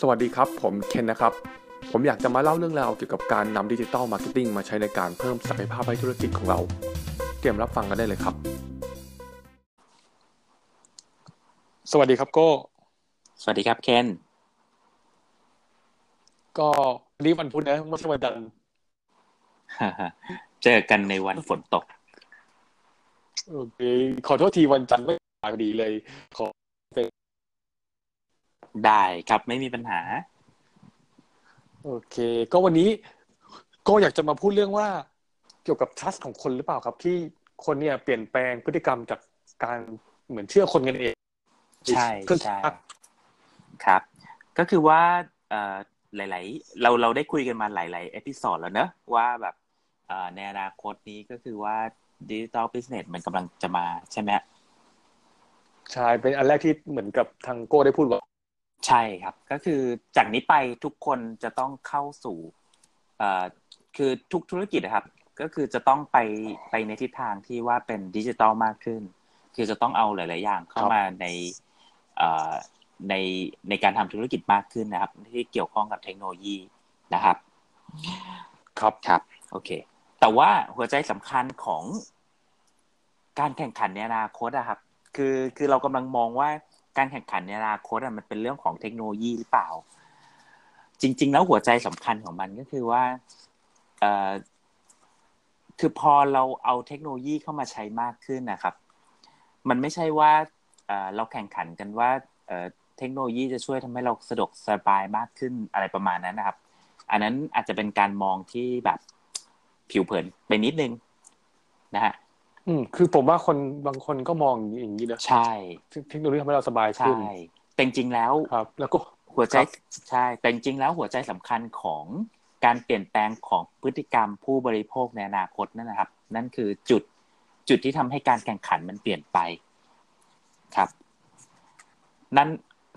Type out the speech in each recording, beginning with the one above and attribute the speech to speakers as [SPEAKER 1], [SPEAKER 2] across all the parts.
[SPEAKER 1] สวัสดีครับผมเคนนะครับ ผมอยากจะมาเล่าเรื่องราวเกี่ยวกับการนำดิจิตอลมาร์เก็ตติ้งมาใช้ในการเพิ่มศักยภาพให้ธุรกิจของเรา เตรียมรับฟังกันได้เลยครับ สวัสดีครับโก้
[SPEAKER 2] สวัสดีครับเคน
[SPEAKER 1] ก็วันนี้วันพุธนะไม่ใช่วันจันทร์
[SPEAKER 2] เจอกันในวันฝนตก
[SPEAKER 1] โอเคขอโทษทีวันจันทร์ไม่พอดีเลย ขอ
[SPEAKER 2] ได้ครับไม่มีปัญหา
[SPEAKER 1] โอเค ก็วันนี้โก็อยากจะมาพูดเรื่องว่า เกี่ยวกับ trust ของคนหรือเปล่าครับ ที่คนเนี่ยเปลี่ยนแปลงพฤติกรรมจากการเหมือนเชื่อคนกันเอง
[SPEAKER 2] ใช่
[SPEAKER 1] ขึ้น
[SPEAKER 2] ใช่ครับ ก็คือว่าเอ่อหลาย ๆ เราเราได้คุยกันมาหลาย ๆ เอพิซอดแล้วเนอะว่าแบบเอ่อในอนาคตนี้ก็คือว่าดิจิตอลบิสเนสมันกำลังจะมาใช่ไหมฮะ
[SPEAKER 1] ใช่เป็นอันแรกที่เหมือนกับทางโก้ได้พูดว่า
[SPEAKER 2] ใช่ครับก็คือจากนี้ไปทุกคนจะต้องเข้าสู่เอ่อคือทุกธุรกิจนะครับ ก็คือจะต้องไปไปในทิศทางที่ว่าเป็นดิจิตอลมากขึ้น คือจะต้องเอาหลาย ๆ อย่างเข้ามาในเอ่อในในการทำธุรกิจมากขึ้นนะครับ ที่เกี่ยวข้องกับเทคโนโลยีนะครับ
[SPEAKER 1] ครับ
[SPEAKER 2] ครับโอเค แต่ว่าหัวใจสำคัญของการแข่งขันในอนาคตอะครับ คือคือเรากำลังมองว่าการแข่งขันในอนาคตอะมันเป็นเรื่องของเทคโนโลยีหรือเปล่า จริง ๆ แล้วหัวใจสำคัญของมันก็คือว่าเอ่อคือพอเราเอาเทคโนโลยีเข้ามาใช้มากขึ้นนะครับ มันไม่ใช่ว่าเอ่อเราแข่งขันกันว่าเอ่อเทคโนโลยีจะช่วยทำให้เราสะดวกสบายมากขึ้นอะไรประมาณนั้นนะครับ อันนั้นอาจจะเป็นการมองที่แบบผิวเผินไปนิดนึงนะฮะ
[SPEAKER 1] อืมคือผมว่าคนบางคนก็มองอย่างนี้นะ
[SPEAKER 2] ใช่
[SPEAKER 1] เทคโนโลยีทำให้เราสบาย
[SPEAKER 2] ใช่
[SPEAKER 1] ขึ้น
[SPEAKER 2] แต่จริงๆแล้ว
[SPEAKER 1] ครับ แล้วก็
[SPEAKER 2] หัวใจ
[SPEAKER 1] ครับ
[SPEAKER 2] ใช่แต่จริงๆแล้วหัวใจสำคัญของการเปลี่ยนแปลงของพฤติกรรมผู้บริโภคในอนาคตนั่นนะครับ นั่นคือจุดจุดที่ทำให้การแข่งขันมันเปลี่ยนไปครับ นั่น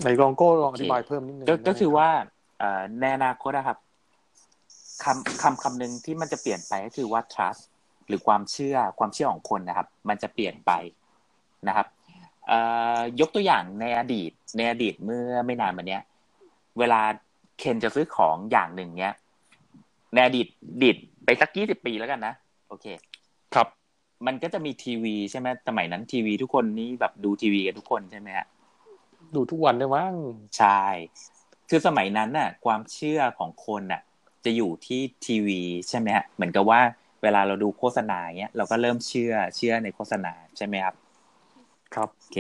[SPEAKER 1] ไหนลองโก้ลองอธิบายเพิ่มนิดนึง
[SPEAKER 2] ก็
[SPEAKER 1] ได้ไหม
[SPEAKER 2] ก็คือว่าเอ่อในอนาคตนะครับคำคำคำหนึ่งที่มันจะเปลี่ยนไปก็คือว่า trust หรือความเชื่อความเชื่อของคนนะครับ มันจะเปลี่ยนไปนะครับเอ่อยกตัวอย่างในอดีต ในอดีตเมื่อไม่นานมาเนี้ย เวลาเคนจะซื้อของอย่างหนึ่งเนี้ยในอดีตอดีตไปสักยี่สิบปีแล้วกันนะโอเค
[SPEAKER 1] ครับ
[SPEAKER 2] มันก็จะมีทีวีใช่ไหมสมัยนั้นทีวีทุกคนนี้แบบดูทีวีกันทุกคนใช่ไหมฮะ
[SPEAKER 1] ดูทุกวันได้มั้ง
[SPEAKER 2] ใช่ คือสมัยนั้นน่ะ ความเชื่อของคนน่ะ จะอยู่ที่ทีวีใช่ไหมฮะ เหมือนกับว่าเวลาเราดูโฆษณาเนี้ย เราก็เริ่มเชื่อเชื่อในโฆษณาใช่ไหมครับ
[SPEAKER 1] ครับ
[SPEAKER 2] โอเค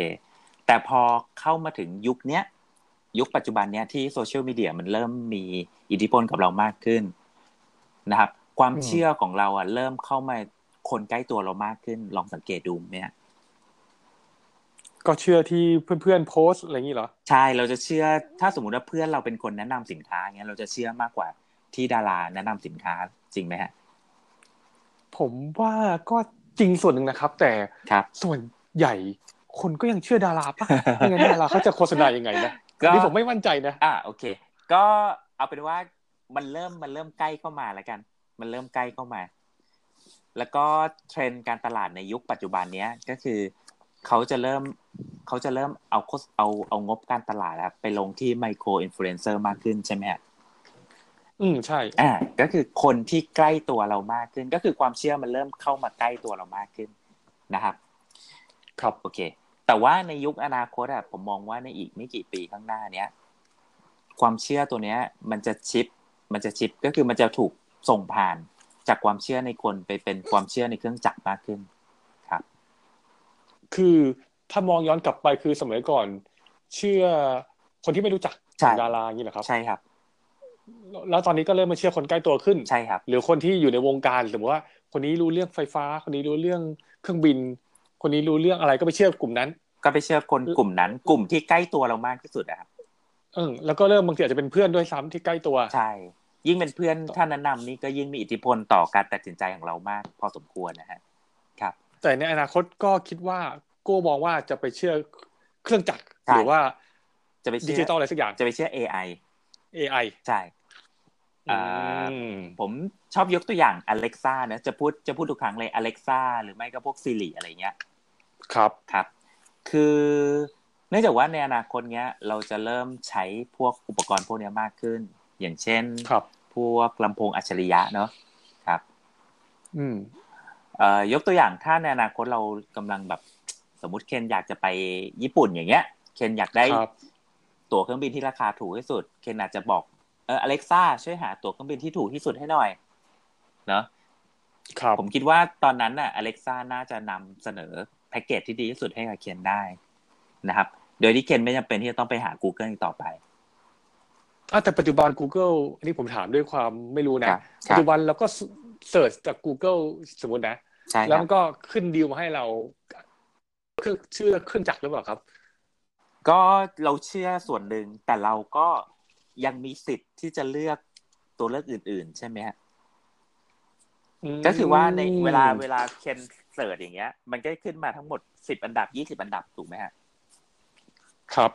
[SPEAKER 2] แต่พอเข้ามาถึงยุคเนี้ย ยุคปัจจุบันเนี้ยที่โซเชียลมีเดียมันเริ่มมีอิทธิพลกับเรามากขึ้นนะครับ ความ
[SPEAKER 1] อืม
[SPEAKER 2] เชื่อของเราอ่ะเริ่มเข้ามาคนใกล้ตัวเรามากขึ้น ลองสังเกตดูไหมฮะ
[SPEAKER 1] ก็เชื่อที่เพื่อนๆโพสต์อะไรอย่างนี้เหรอ
[SPEAKER 2] ใช่เราจะเชื่อถ้าสมมติว่าเพื่อนเราเป็นคนแนะนำสินค้าเงี้ยเราจะเชื่อมากกว่าที่ดาราแนะนำสินค้าจริงไหมฮะ
[SPEAKER 1] ผมว่าก็จริงส่วนหนึ่งนะครับ แต่
[SPEAKER 2] ครับ
[SPEAKER 1] ส่วนใหญ่คนก็ยังเชื่อดาราป่ะ ไม่งั้นดาราเขาจะโฆษณายังไงนะ
[SPEAKER 2] ก็
[SPEAKER 1] นี่ผมไม่มั่นใจนะ
[SPEAKER 2] อ่าโอเค ก็เอาเป็นว่ามันเริ่มมันเริ่มใกล้เข้ามาแล้วกัน มันเริ่มใกล้เข้ามา แล้วก็เทรนด์การตลาดในยุคปัจจุบันเนี้ยก็คือเขาจะเริ่มเขาจะเริ่มเอาโฆษเอาเอางบการตลาดอะไปลงที่ไมโครอินฟลูเอนเซอร์มากขึ้นใช่ไหมฮะ
[SPEAKER 1] อืมใช่
[SPEAKER 2] อ่าก็คือคนที่ใกล้ตัวเรามากขึ้น ก็คือความเชื่อมันเริ่มเข้ามาใกล้ตัวเรามากขึ้นนะครับ
[SPEAKER 1] ครับ
[SPEAKER 2] โอเค แต่ว่าในยุคอนาคตอะผมมองว่าในอีกไม่กี่ปีข้างหน้าเนี้ยความเชื่อตัวเนี้ย มันจะชิป มันจะชิปก็คือมันจะถูกส่งผ่านจากความเชื่อในคนไปเป็นความเชื่อในเครื่องจักรมากขึ้น
[SPEAKER 1] คือถ้ามองย้อนกลับไปคือสมัยก่อน เชื่อคนที่ไม่รู้จัก
[SPEAKER 2] ใช่
[SPEAKER 1] ดาราอย่างนี้เหรอครับ
[SPEAKER 2] ใช่ครับ
[SPEAKER 1] แล้วตอนนี้ก็เริ่มมาเชื่อคนใกล้ตัวขึ้น
[SPEAKER 2] ใช่ครับ
[SPEAKER 1] หรือคนที่อยู่ในวงการสมมติว่า คนนี้รู้เรื่องไฟฟ้า คนนี้รู้เรื่องเครื่องบิน คนนี้รู้เรื่องอะไรก็ไปเชื่อกลุ่มนั้น
[SPEAKER 2] ก็ไปเชื่อคนกลุ่มนั้น กลุ่มที่ใกล้ตัวเรามากที่สุดอะครับ
[SPEAKER 1] เออแล้วก็เริ่มบางทีอาจจะเป็นเพื่อนด้วยซ้ำที่ใกล้ตัว
[SPEAKER 2] ใช่ ยิ่งเป็นเพื่อนท่านแนะนำนี่ก็ยิ่งมีอิทธิพลต่อการตัดสินใจของเรามาก พอสมควรนะฮะ ครับ
[SPEAKER 1] แต่ในอนาคตก็คิดว่าโก้มองว่าจะไปเชื่อเครื่องจักร
[SPEAKER 2] ใช่
[SPEAKER 1] หรือว่า
[SPEAKER 2] จะไป
[SPEAKER 1] ดิจิ
[SPEAKER 2] เชื่อ
[SPEAKER 1] ตอลอะไรสักอย่าง
[SPEAKER 2] จะไปเชื่อ AI
[SPEAKER 1] AI
[SPEAKER 2] ใช่ อ่า
[SPEAKER 1] อืม
[SPEAKER 2] ผมชอบยกตัวอย่าง Alexa นะจะพูดจะพูดทุกครั้งเลย Alexa หรือไม่ก็พวก Siri อะไรเงี้ย
[SPEAKER 1] ครับ
[SPEAKER 2] ครับ คือ เนื่องจากว่าในอนาคตเนี้ย เราจะเริ่มใช้พวกอุปกรณ์พวกเนี้ยมากขึ้น อย่างเช่น
[SPEAKER 1] ครับ
[SPEAKER 2] พวกลำโพงอัจฉริยะเนาะครับ
[SPEAKER 1] อืม
[SPEAKER 2] เอ่อยกตัวอย่างถ้าในอนาคตเรากำลังแบบสมมติเคนอยากจะไปญี่ปุ่นอย่างเงี้ย เคนอยากได้
[SPEAKER 1] ครับ
[SPEAKER 2] ตั๋วเครื่องบินที่ราคาถูกที่สุด เคนอาจจะบอกเอออเล็กซ่าช่วยหาตั๋วเครื่องบินที่ถูกที่สุดให้หน่อยเนาะ
[SPEAKER 1] ครับ
[SPEAKER 2] ผมคิดว่าตอนนั้นน่ะอเล็กซ่าน่าจะนำเสนอแพ็กเกจที่ดีที่สุดให้กับเคนได้นะครับ โดยที่เคนไม่จำเป็นที่จะต้องไปหา Google อีกต่อไป
[SPEAKER 1] อ่ะแต่ปัจจุบัน Google อันนี้ผมถามด้วยความไม่รู้
[SPEAKER 2] ครั
[SPEAKER 1] นะ
[SPEAKER 2] บครับ
[SPEAKER 1] ปัจจุบันเราก็เสิร์ชจาก Google สมมตินะ
[SPEAKER 2] ใช่ค
[SPEAKER 1] แล้ว
[SPEAKER 2] รับ
[SPEAKER 1] มันก็ขึ้นดีลมาให้เราเครื่องชื่อเครื่องจักรหรือเปล่าครับ
[SPEAKER 2] ก็เราเชื่อส่วนหนึ่งแต่เราก็ยังมีสิทธิ์ที่จะเลือกตัวเลือกอื่น ๆ ใช่ไหมฮะก็คือว่าในเวลาเวลาเคนเสิร์ชอย่างเงี้ย มันก็ขึ้นมาทั้งหมดสิบอันดับยี่สิบอันดับถูกไหมฮะ
[SPEAKER 1] ครับ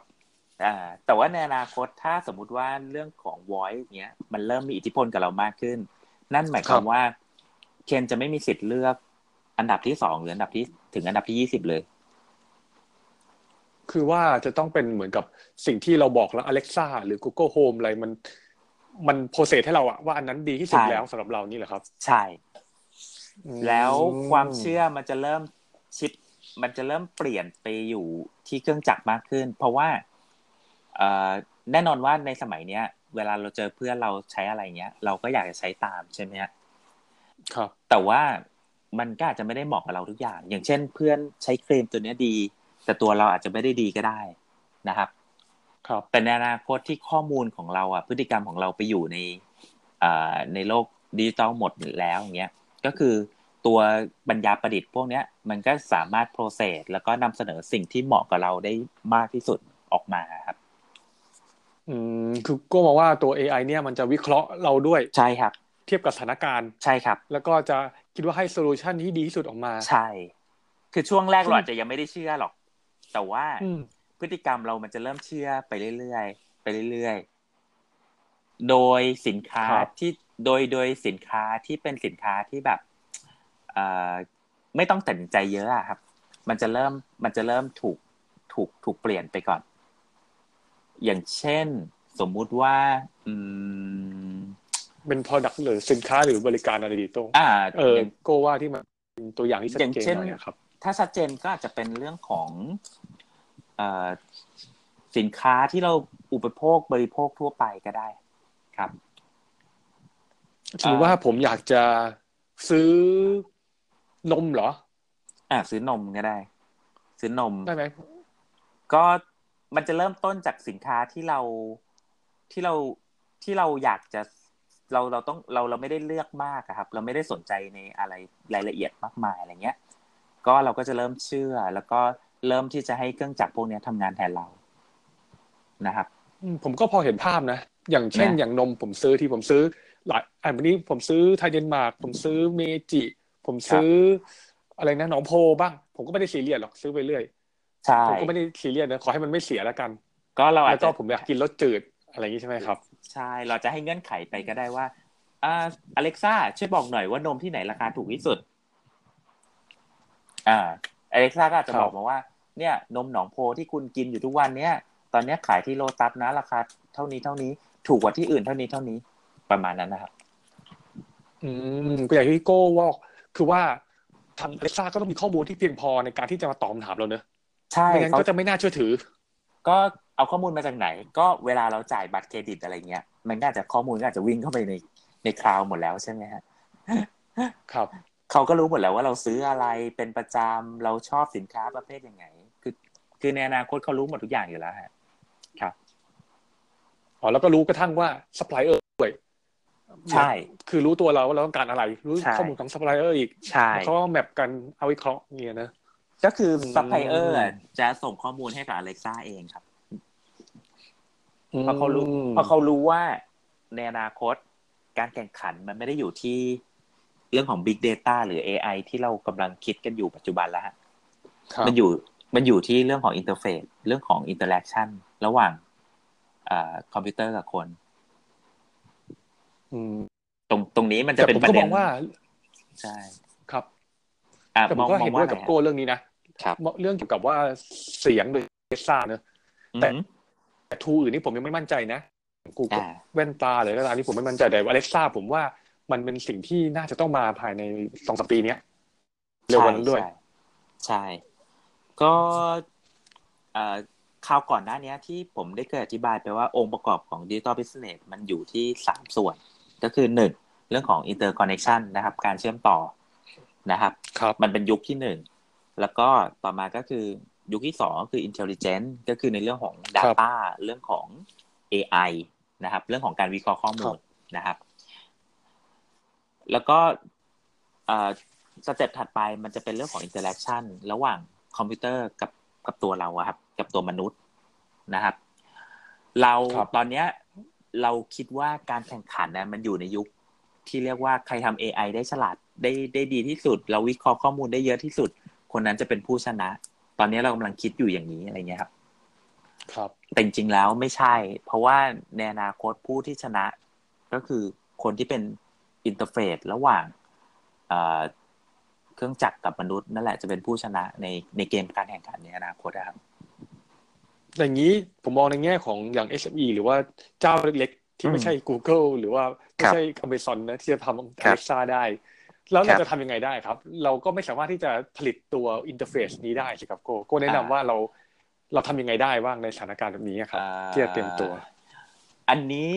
[SPEAKER 2] อ่าแต่ว่าในอนาคตถ้าสมมุติว่าเรื่องของ voice เนี้ยมันเริ่มมีอิทธิพลกับเรามากขึ้น นั่นหมายควา
[SPEAKER 1] ค
[SPEAKER 2] ม
[SPEAKER 1] รับ
[SPEAKER 2] ว่า เคนจะไม่มีสิทธิ์เลือกอันดับที่สองหรืออันดับที่ถึงอันดับที่ยี่สิบเลย
[SPEAKER 1] คือว่าจะต้องเป็นเหมือนกับสิ่งที่เราบอกแล้ว Alexa หรือ Google Home อะไรมัน มันโปรเซสให้เราอะว่าอันนั้นดีที่สุด
[SPEAKER 2] ใช่
[SPEAKER 1] แล้วสำหรับเรานี่แหละครับ
[SPEAKER 2] ใช่ แล้วความเชื่อมันจะเริ่มชิปมันจะเริ่มเปลี่ยนไปอยู่ที่เครื่องจักรมากขึ้น เพราะว่าเอ่อแน่นอนว่าในสมัยเนี้ย เวลาเราเจอเพื่อนเราใช้อะไรเงี้ย เราก็อยากจะใช้ตามใช่ไหมฮะ
[SPEAKER 1] ครับ
[SPEAKER 2] แต่ว่ามันก็อาจจะไม่ได้เหมาะกับเราทุกอย่าง อย่างเช่นเพื่อนใช้ครีมตัวเนี้ยดี แต่ตัวเราอาจจะไม่ได้ดีก็ได้นะครับ
[SPEAKER 1] ครับ
[SPEAKER 2] แต่ในอนาคตที่ข้อมูลของเราอ่ะพฤติกรรมของเราไปอยู่ในเอ่อในโลกดิจิตอลหมดแล้วอย่างเงี้ยก็คือตัวปัญญาประดิษฐ์พวกเนี้ยมันก็สามารถโปรเซสแล้วก็นำเสนอสิ่งที่เหมาะกับเราได้มากที่สุดออกมาครับ
[SPEAKER 1] อืมคือก็มองว่าตัว AI เนี่ยมันจะวิเคราะห์เราด้วย
[SPEAKER 2] ใช่ครับ
[SPEAKER 1] เทียบกับสถานการณ์
[SPEAKER 2] ใช่ครับ
[SPEAKER 1] แล้วก็จะคิดว่าให้โซลูชันที่ดีที่สุดออกมา
[SPEAKER 2] ใช่ คือช่วงแรกเราอาจจะยังไม่ได้เชื่อหรอก แต่ว่า
[SPEAKER 1] อืม
[SPEAKER 2] พฤติกรรมเรามันจะเริ่มเชื่อไปเรื่อยๆ ไปเรื่อยๆ โดยสินค้า
[SPEAKER 1] ครับ
[SPEAKER 2] ที่โดยโดยสินค้าที่เป็นสินค้าที่แบบเอ่อไม่ต้องตัดสินใจเยอะอะครับ มันจะเริ่มมันจะเริ่มถูกถูกถูกเปลี่ยนไปก่อน อย่างเช่นสมมุติว่า อืม
[SPEAKER 1] เป็น product หรือสินค้าหรือบริการอะไรดีตรง
[SPEAKER 2] อ่า
[SPEAKER 1] เออ
[SPEAKER 2] อย่าง
[SPEAKER 1] ก็ว่าที่มันเป็นตัวอย่างที่ชัด
[SPEAKER 2] อย่าง
[SPEAKER 1] เจน
[SPEAKER 2] เช่น
[SPEAKER 1] หน่อยอะครับ
[SPEAKER 2] ถ้าชัดเจนก็อาจจะเป็นเรื่องของเอ่อสินค้าที่เราอุปโภคบริโภคทั่วไปก็ได้ ครับ
[SPEAKER 1] สมมติว่าผมอยากจะซื้อนมเหรอ
[SPEAKER 2] อ่าซื้อนมก็ได้ ซื้อนม
[SPEAKER 1] ได้ไหม
[SPEAKER 2] ก็มันจะเริ่มต้นจากสินค้าที่เราที่เราที่เราอยากจะเราเราต้องเราเราไม่ได้เลือกมากอะครับ เราไม่ได้สนใจในอะไรรายละเอียดมากมายอะไรเงี้ย ก็เราก็จะเริ่มเชื่อ แล้วก็เริ่มที่จะให้เครื่องจักรพวกเนี้ยทำงานแทนเรานะครับ
[SPEAKER 1] อืมผมก็พอเห็นภาพนะ อย่างเช่น
[SPEAKER 2] นะ
[SPEAKER 1] อย่างนมผมซื้อที่ผมซื้อ หลายอันนี้ผมซื้อไทยเดนมาร์กผมซื้อเมจิ ผมซื้อ อะไรนะหนองโพบ้าง ผมก็ไม่ได้ซีเรียสหรอกซื้อไปเรื่อย
[SPEAKER 2] ใช่
[SPEAKER 1] ผมก็ไม่ได้ซีเรียสนะขอให้มันไม่เสียแล้วกัน
[SPEAKER 2] ก็เราอา
[SPEAKER 1] แล้ว
[SPEAKER 2] จ
[SPEAKER 1] ก็
[SPEAKER 2] จะ
[SPEAKER 1] ผมอยากกินรสจืดอะไรอย่างนี้ใช่ไหมครับ
[SPEAKER 2] ใช่ เราจะให้เงื่อนไขไปก็ได้ว่าอ่าอเล็กซ่าช่วยบอกหน่อยว่านมที่ไหนราคาถูกที่สุด อ่าอเล็กซ่าก็อาจจะ
[SPEAKER 1] ครับ บ
[SPEAKER 2] อกมาว่า เนี่ย นมหนองโพที่คุณกินอยู่ทุกวันเนี่ย ตอนเนี้ยขายที่โลตัสนะราคาเท่านี้เท่านี้ถูกกว่าที่อื่นเท่านี้เท่านี้ประมาณนั้นนะครับ
[SPEAKER 1] อืมก็อย่างที่พี่โก้ว่าคือว่าทางเล็กซ่าก็ต้องมีข้อมูลที่เพียงพอในการที่จะมาตอบคำถามเราเนอะ
[SPEAKER 2] ใช่
[SPEAKER 1] ไม่งั้น
[SPEAKER 2] เขา
[SPEAKER 1] ก็จะไม่น่าเชื่อถือ
[SPEAKER 2] ก็เอาข้อมูลมาจากไหน ก็เวลาเราจ่ายบัตรเครดิตอะไรเงี้ยมันก็อาจจะข้อมูลก็อาจจะวิ่งเข้าไปในในคลาวหมดแล้วใช่ไหมฮะ
[SPEAKER 1] ครับ
[SPEAKER 2] เขาก็รู้หมดแล้วว่าเราซื้ออะไรเป็นประจำเราชอบสินค้าประเภทยังไง คือ คือในอนาคตเขารู้หมดทุกอย่างอยู่แล้วฮะ
[SPEAKER 1] อ๋อแล้วก็รู้กระทั่งว่าซัพพลายเออร์ด้วย
[SPEAKER 2] ใช่
[SPEAKER 1] คือรู้ตัวเราว่าเราต้องการอะไร รู้
[SPEAKER 2] ใช่
[SPEAKER 1] ข้อมูลของซัพพลายเออร์อีก
[SPEAKER 2] ใช่
[SPEAKER 1] แล้วเขาก็แมปกันเอาวิเคราะห์อย่างเงี้ยนะ
[SPEAKER 2] ก็คือ
[SPEAKER 1] อืม
[SPEAKER 2] ซัพพลายเออร์จะส่งข้อมูลให้กับ Alexa เองครับเพราะเขารู้
[SPEAKER 1] อืม
[SPEAKER 2] เพราะเขารู้ว่าในอนาคตการแข่งขันมันไม่ได้อยู่ที่เรื่องของ Big Data หรือ AI ที่เรากำลังคิดกันอยู่ปัจจุบันแล้วฮะ
[SPEAKER 1] ครับ
[SPEAKER 2] มันอยู่มันอยู่ที่เรื่องของอินเทอร์เฟซเรื่องของอินเตอร์แอคชั่นระหว่างคอมพิวเตอร์กับคน
[SPEAKER 1] อืม
[SPEAKER 2] ตรงตรงนี้มันจะ
[SPEAKER 1] แต่
[SPEAKER 2] เป็น
[SPEAKER 1] ผม
[SPEAKER 2] ประ
[SPEAKER 1] ก็
[SPEAKER 2] เด็
[SPEAKER 1] มอ
[SPEAKER 2] น
[SPEAKER 1] งว่า
[SPEAKER 2] ใช่
[SPEAKER 1] ครับ
[SPEAKER 2] อ่ะ
[SPEAKER 1] แต่ผม ม
[SPEAKER 2] อง
[SPEAKER 1] ก็
[SPEAKER 2] มอง
[SPEAKER 1] เห็นด้ว
[SPEAKER 2] ว่า
[SPEAKER 1] ยกับ
[SPEAKER 2] ไง
[SPEAKER 1] โก้เรื่องนี้นะครับ เรื่องเกี่ยวกับว่าเสียงโดย สลาเนอะ แต่
[SPEAKER 2] อืม
[SPEAKER 1] แต่ทูอื่นนี่ผมยังไม่มั่นใจนะกูก็
[SPEAKER 2] อ่า
[SPEAKER 1] แว่นตาหรืออะไรนี่ผมไม่มั่นใจแต่อเล็กซ่าผมว่ามันเป็นสิ่งที่น่าจะต้องมาภายในสองสามปีเนี้ยเร็วกวันนั้นด้วย
[SPEAKER 2] ใช่ใช่ ก็เอ่อคราวก่อนหน้าเนี้ย ที่ผมได้เคยอธิบายไปว่าองค์ประกอบของดิจิ t a ลบิสเนสมันอยู่ที่สามส่วน ก็คือหนึ่งเรื่องของอินเตอร์คอนเน i ชันนะครับ การเชื่อมต่อนะครับ
[SPEAKER 1] ครับ
[SPEAKER 2] มันเป็นยุคที่หนึ่ง แล้วก็ต่อมาก็คือยุคที่สองก็คือ intelligence ก็คือในเรื่องของ Data เรื่องของ AI นะครับ เรื่องของการวิเคราะห์ข้อมูลนะครับ แล้วก็เอ่อสเต็ปถัดไปมันจะเป็นเรื่องของ interaction ระหว่างคอมพิวเตอร์กับกับตัวเราอะครับ กับตัวมนุษย์นะครับ เรา
[SPEAKER 1] ครับ
[SPEAKER 2] ตอนเนี้ยเราคิดว่าการแข่งขันนะมันอยู่ในยุคที่เรียกว่าใครทำ AI ได้ฉลาดได้ได้ดีที่สุด เราวิเคราะห์ข้อมูลได้เยอะที่สุด คนนั้นจะเป็นผู้ชนะ ตอนนี้เรากำลังคิดอยู่อย่างนี้อะไรเงี้ยครับ
[SPEAKER 1] ครับ
[SPEAKER 2] แต่จริงๆแล้วไม่ใช่ เพราะว่าในอนาคตผู้ที่ชนะ ก็คือคนที่เป็นอินเทอร์เฟซระหว่างเอ่อเครื่องจักรกับมนุษย์นั่นแหละจะเป็นผู้ชนะในในเกมการแข่งขันในอนาคตนะครับ
[SPEAKER 1] อย่างนี้ผมมองในแง่ของอย่าง SME หรือว่าเจ้าเล็กๆ ที่
[SPEAKER 2] อืม
[SPEAKER 1] ไม่ใช่ Google หรือว่าไม่
[SPEAKER 2] ครับ
[SPEAKER 1] ใช่ Amazon นะที่จะทำ
[SPEAKER 2] ครับ
[SPEAKER 1] Alexa ได้ แล้ว
[SPEAKER 2] ครั
[SPEAKER 1] เรา
[SPEAKER 2] บ
[SPEAKER 1] จะทำยังไงได้ครับ เราก็ไม่สามารถที่จะผลิตตัวอินเทอร์เฟซนี้ได้สิครับโกโก็แนะนำ
[SPEAKER 2] อ่า
[SPEAKER 1] ว่าเราเราทำยังไงได้บ้างในสถานการณ์แบบนี้ครับ
[SPEAKER 2] อ่า
[SPEAKER 1] ที่จะเตรียมตัว
[SPEAKER 2] อันนี้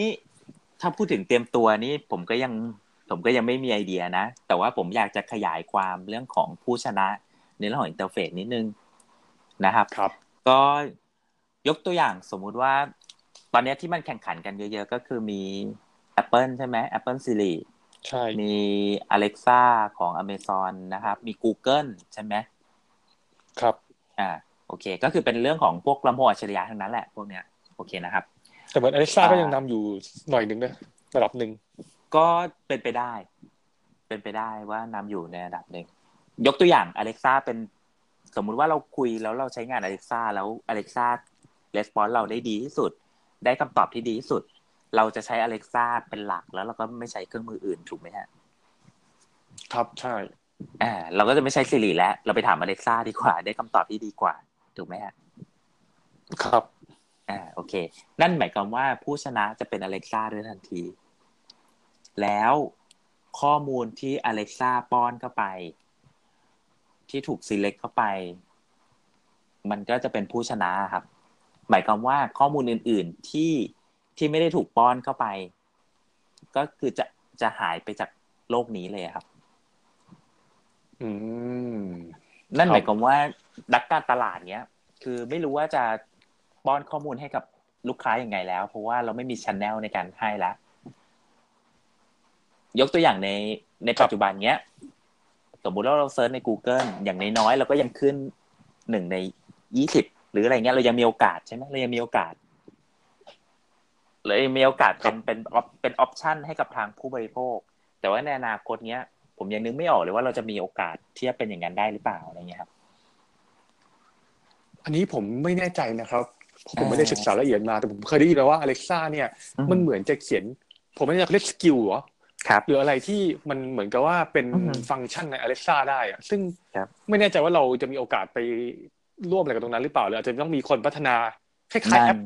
[SPEAKER 2] ถ้าพูดถึงเตรียมตัวนี่ผมก็ยังผมก็ยังไม่มีไอเดียนะ แต่ว่าผมอยากจะขยายความเรื่องของผู้ชนะในเรื่องของอินเทอร์เฟซนิดนึงนะครับ
[SPEAKER 1] ครับ
[SPEAKER 2] ก็ยกตัวอย่างสมมุติว่า ตอนเนี้ยที่มันแข่งขันกันเยอะ ๆ ก็คือมี Apple ใช่ไหม Apple Siri
[SPEAKER 1] ใช่
[SPEAKER 2] มี Alexa ของ Amazon นะครับ มี Google ใช่ไหม
[SPEAKER 1] ครับ
[SPEAKER 2] อ่าโอเค ก็คือเป็นเรื่องของพวกลำโพงอัจฉริยะทั้งนั้นแหละพวกเนี้ยโอเคนะครับ
[SPEAKER 1] แต่เหมือน Alexa ก็
[SPEAKER 2] อ่ายั
[SPEAKER 1] ยังนำอยู่หน่อยหนึ่งนะระดับหนึ่ง
[SPEAKER 2] ก็เป็นไปได้ เป็นไปได้ว่านำอยู่ในระดับหนึ่ง ยกตัวอย่าง Alexa เป็นสมมุติว่าเราคุยแล้วเราใช้งาน Alexa แล้ว Alexa response เราได้ดีที่สุด ได้คำตอบที่ดีที่สุด เราจะใช้ Alexa เป็นหลักแล้วเราก็ไม่ใช้เครื่องมืออื่นถูกไหมฮะ
[SPEAKER 1] ครับใช่
[SPEAKER 2] อ่าเราก็จะไม่ใช้ Siri แล้ว เราไปถาม Alexa ดีกว่า ได้คำตอบที่ดีกว่า ถูกไหมฮะ
[SPEAKER 1] ครับ
[SPEAKER 2] อ่าโอเค นั่นหมายความว่าผู้ชนะจะเป็น Alexa ด้วยทันที แล้วข้อมูลที่ Alexa ป้อนเข้าไป ที่ถูก select เข้าไป มันก็จะเป็นผู้ชนะครับ หมายความว่าข้อมูลอื่น ๆที่ที่ไม่ได้ถูกป้อนเข้าไป ก็คือจะจะหายไปจากโลกนี้เลยครับ
[SPEAKER 1] อืม
[SPEAKER 2] นั่
[SPEAKER 1] ค
[SPEAKER 2] น
[SPEAKER 1] รับ
[SPEAKER 2] หมายความว่าดักการตลาดเนี้ย คือไม่รู้ว่าจะป้อนข้อมูลให้กับลูกค้ายัางไงแล้ว เพราะว่าเราไม่มีชันแนลในการให้แล้ว ยกตัวอย่างในในปัจจุบันเนี้ย สมมุติว่าเราเซิร์ชใน Google อย่างน้อยๆเราก็ยังขึ้นหนึ่งในยี่สิบหรืออะไรเงี้ยเรายังมีโอกาสใช่ไหมเรายังมีโอกาสเรายังมีโอกาสเป็นเป็นเป็นออปชันให้กับทางผู้บริโภค แต่ว่าในอนาคตเนี้ย ผมยังนึกไม่ออกเลยว่าเราจะมีโอกาสที่จะเป็นอย่างนั้นได้หรือเปล่าอะไรเงี้ยครับ
[SPEAKER 1] อันนี้ผมไม่แน่ใจนะครับเพราะผม
[SPEAKER 2] อ่า
[SPEAKER 1] ไม่ได้ศึกษาละเอียดมาแต่ผมเคยได้ยินมาว่า Alexa เนี่ย มันเหมือนจะเขียน ผมไม่แน่ใจเขาเรียกสกิลเหรอ
[SPEAKER 2] ครับ
[SPEAKER 1] หรืออะไรที่มันเหมือนกับว่าเป็น
[SPEAKER 2] อือฮึ
[SPEAKER 1] ฟังก์ชันใน Alexa ได้อะซึ่ง
[SPEAKER 2] ครับ
[SPEAKER 1] ไม่แน่ใจว่าเราจะมีโอกาสไปร่วมอะไรกับตรงนั้นหรือเปล่าหรืออาจจะต้องมีคนพัฒนาคล้ายๆแอ
[SPEAKER 2] นั่
[SPEAKER 1] ป
[SPEAKER 2] น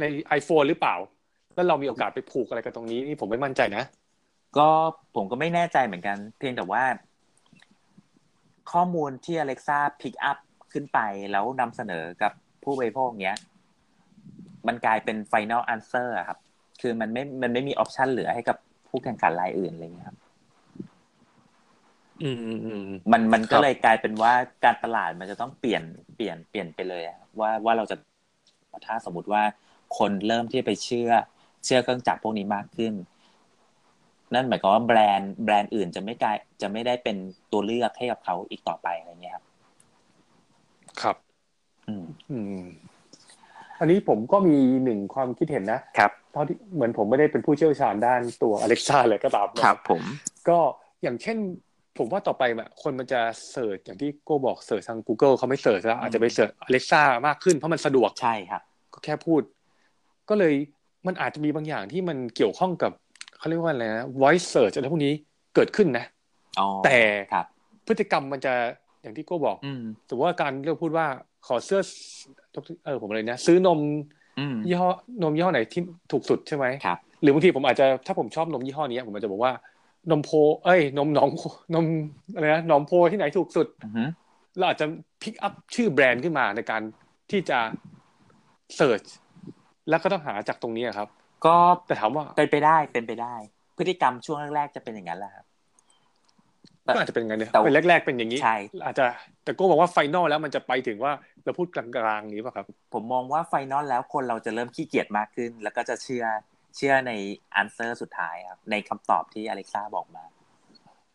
[SPEAKER 1] ใน iPhone หรือเปล่า แล้วเรามีโอกาสไปผูกอะไรกับตรงนี้นี่ผมไม่มั่นใจนะ
[SPEAKER 2] ก็ผมก็ไม่แน่ใจเหมือนกัน เพียงแต่ว่า ข้อมูลที่ Alexa pick up ขึ้นไปแล้วนำเสนอกับผู้บริโภคเนี้ย มันกลายเป็น final answer อะครับ คือมันไม่มันไม่มีออปชันเหลือให้กับผู้แข่งขันรายอื่นอะไรเงี้ยครับ
[SPEAKER 1] อืมอืมอืม
[SPEAKER 2] มันมัน
[SPEAKER 1] ครั
[SPEAKER 2] ก็
[SPEAKER 1] บ
[SPEAKER 2] เลยกลายเป็นว่าการตลาดมันจะต้องเปลี่ยนเปลี่ยนเปลี่ยนไปเลยอะว่าว่าเราจะถ้าสมมติว่าคนเริ่มที่จะไปเชื่อ เชื่อเครื่องจักรพวกนี้มากขึ้น นั่นหมายความว่าแบรนด์แบรนด์อื่นจะไม่กลายจะไม่ได้เป็นตัวเลือกให้กับเขาอีกต่อไปอะไรเงี้ยครับ
[SPEAKER 1] ครับ
[SPEAKER 2] อืม
[SPEAKER 1] อืม อันนี้ผมก็มีหนึ่งความคิดเห็นนะครับ เท่าที่เหมือนผมไม่ได้เป็นผู้เชี่ยวชาญด้านตัว Alexa เลยก็ตามนะ
[SPEAKER 2] ครับผม
[SPEAKER 1] ก็อย่างเช่น ผมว่าต่อไปอะคนมันจะเสิร์ชอย่างที่โก้บอกเสิร์ชทาง Google เขาไม่เสิร์ชแล้วอาจจะไปเสิร์ช Alexa มากขึ้นเพราะมันสะดวก
[SPEAKER 2] ใช่ครับ
[SPEAKER 1] ก็แค่พูด ก็เลยมันอาจจะมีบางอย่างที่มันเกี่ยวข้องกับเขาเรียกว่าอะไรนะ voice search อะไรพวกนี้เกิดขึ้นนะ
[SPEAKER 2] อ๋อ
[SPEAKER 1] แต่
[SPEAKER 2] ครับ
[SPEAKER 1] พฤติกรรมมันจะ อย่างที่โก้บอก
[SPEAKER 2] อืม
[SPEAKER 1] แต่ว่าการเลือกพูดว่าขอเสื้อเออผมอะไรนะซื้อนม
[SPEAKER 2] อืม
[SPEAKER 1] ยี่ห้อนมยี่ห้อไหนที่ถูกสุดใช่ไหม
[SPEAKER 2] ครับ
[SPEAKER 1] หรือบางทีผมอาจจะถ้าผมชอบนมยี่ห้อนี้ผมอาจจะบอกว่านมโพ เอ้ย นมหนองนมอะไรนะหนองโพที่ไหนถูกสุด
[SPEAKER 2] อือฮึ
[SPEAKER 1] เราอาจจะพิกอัพชื่อแบรนด์ขึ้นมาในการที่จะเสิร์ชแล้วก็ต้องหาจากตรงนี้ครับ
[SPEAKER 2] ก็
[SPEAKER 1] แต่ถามว่า
[SPEAKER 2] เป็นไปได้เป็นไปได้ พฤติกรรมช่วงแรกๆจะเป็นอย่างนั้นแหละครับ
[SPEAKER 1] ก็อาจจะเป็นไงเนี่ย
[SPEAKER 2] แต่ว่า
[SPEAKER 1] เป็นแรก ๆ เป็นอย่างนี้
[SPEAKER 2] ใช่
[SPEAKER 1] อาจจะแต่โก็บอกว่าไฟนอลแล้วมันจะไปถึงว่าเราพูดกลางๆนี้ป่ะครับ
[SPEAKER 2] ผมมองว่าไฟนอลแล้วคนเราจะเริ่มขี้เกียจมากขึ้น แล้วก็จะเชื่อเชื่อในอันเซอร์สุดท้ายครับ ในคำตอบที่อเล็กซ่าบอกมา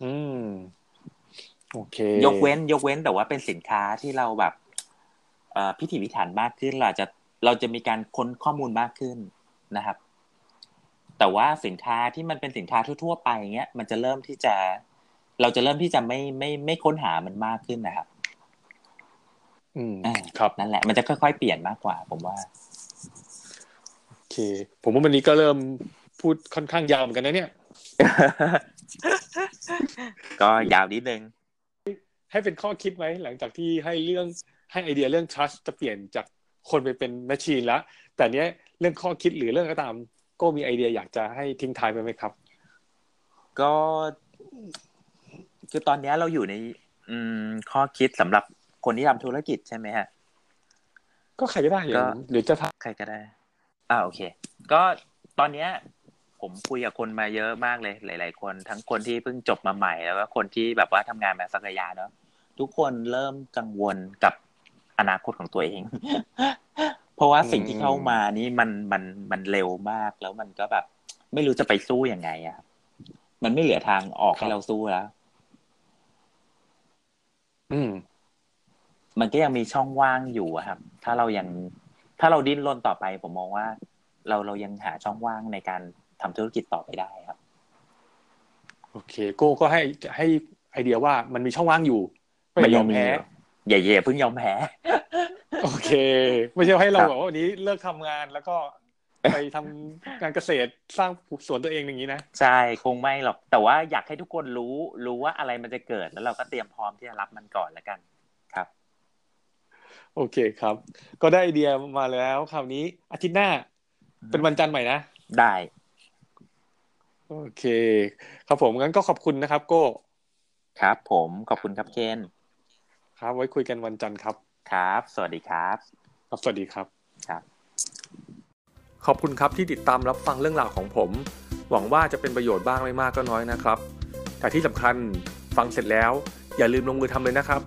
[SPEAKER 1] อืม โอเค
[SPEAKER 2] ยกเว้นยกเว้นแต่ว่าเป็นสินค้าที่เราแบบเอ่อพิถีพิถันมากขึ้นเราอาจจะเราจะมีการค้นข้อมูลมากขึ้นนะครับ แต่ว่าสินค้าที่มันเป็นสินค้าทั่ว ๆ ไปเงี้ยมันจะเริ่มที่จะ เราจะเริ่มที่จะไม่ไม่ไม่ค้นหามันมากขึ้นนะครับ
[SPEAKER 1] อืม
[SPEAKER 2] อ่า
[SPEAKER 1] ครับ
[SPEAKER 2] นั่นแหละมันจะค่อยๆเปลี่ยนมากกว่า ผมว่า
[SPEAKER 1] โอเค ผมว่าวันนี้ก็เริ่มพูดค่อนข้างยาวเหมือนกันนะเนี่ย
[SPEAKER 2] ก็ยาวนิดนึง
[SPEAKER 1] ให้เป็นข้อคิดไหมหลังจากที่ให้เรื่องให้ไอเดียเรื่อง trust จะเปลี่ยนจากคนไปเป็นแมชชีนละแต่เนี้ยเรื่องข้อคิดหรือเรื่องก็ตาม ก็มีไอเดียอยากจะให้ทิ้งท้ายไปไหมครับ
[SPEAKER 2] ก็คือตอนเนี้ยเราอยู่ใน อืม ข้อคิดสำหรับคนที่ทำธุรกิจใช่ไหมฮะ
[SPEAKER 1] ก็ใครก็ได้อย่าง
[SPEAKER 2] ก็
[SPEAKER 1] หรือจะท
[SPEAKER 2] ใครก็ได้ อ่าโอเค ก็ตอนเนี้ย ผมคุยกับคนมาเยอะมากเลย หลาย ๆ คน ทั้งคนที่เพิ่งจบมาใหม่แล้วก็คนที่แบบว่าทำงานมาสักระยะเนาะทุกคนเริ่มกังวลกับอนาคตของตัวเอง เพราะว่าสิ่งที่เข้ามานี่มันมันมันเร็วมากแล้วมันก็แบบ ไม่รู้จะไปสู้ยังไงอะครับมันไม่เหลือทางออกให้เราสู้แล้ว
[SPEAKER 1] ำอืม
[SPEAKER 2] มันก็ยังมีช่องว่างอยู่อะครับ ถ้าเรายังถ้าเราดิ้นรนต่อไป ผมมองว่า เราเรายังหาช่องว่างในการทำธุรกิจต่อไปได้ครับ
[SPEAKER 1] โอเคโก้ก็ให้ให้ไอเดียว่ามันมีช่องว่างอยู่ไม่
[SPEAKER 2] มัน
[SPEAKER 1] ย
[SPEAKER 2] ยั
[SPEAKER 1] อง ม
[SPEAKER 2] มี
[SPEAKER 1] แพ้
[SPEAKER 2] อยู่อย่าอย่าเพิ่งยอมแพ้
[SPEAKER 1] โอเค ไม่ใช่ให้เรา
[SPEAKER 2] ครับ
[SPEAKER 1] แบบว่าวันนี้เลิกทำงานแล้วก็ไปทำงานเกษตรสร้างปลูกสวนตัวเองอย่างนี้นะ
[SPEAKER 2] ใช่คงไม่หรอก แต่ว่าอยากให้ทุกคนรู้รู้ว่าอะไรมันจะเกิดแล้วเราก็เตรียมพร้อมที่จะรับมันก่อนแล้วกัน ครับ
[SPEAKER 1] โอเคครับ ก็ได้ไอเดียมาแล้วคราวนี้อาทิตย์หน้า เป็นวันจันทร์ใหม่นะ
[SPEAKER 2] ได้
[SPEAKER 1] โอเค ครับผมงั้นก็ขอบคุณนะครับ โก้
[SPEAKER 2] ครับ ผมขอบคุณครับเคน
[SPEAKER 1] ครับ ไว้คุยกันวันจันทร์ครับ
[SPEAKER 2] ครับ สวัสดีครับ
[SPEAKER 1] ครับสวัสดีครับ
[SPEAKER 2] ครับ
[SPEAKER 1] ขอบคุณครับที่ติดตามรับฟังเรื่องราวของผม หวังว่าจะเป็นประโยชน์บ้างไม่มากก็น้อยนะครับ แต่ที่สำคัญฟังเสร็จแล้ว อย่าลืมลงมือทำเลยนะครับ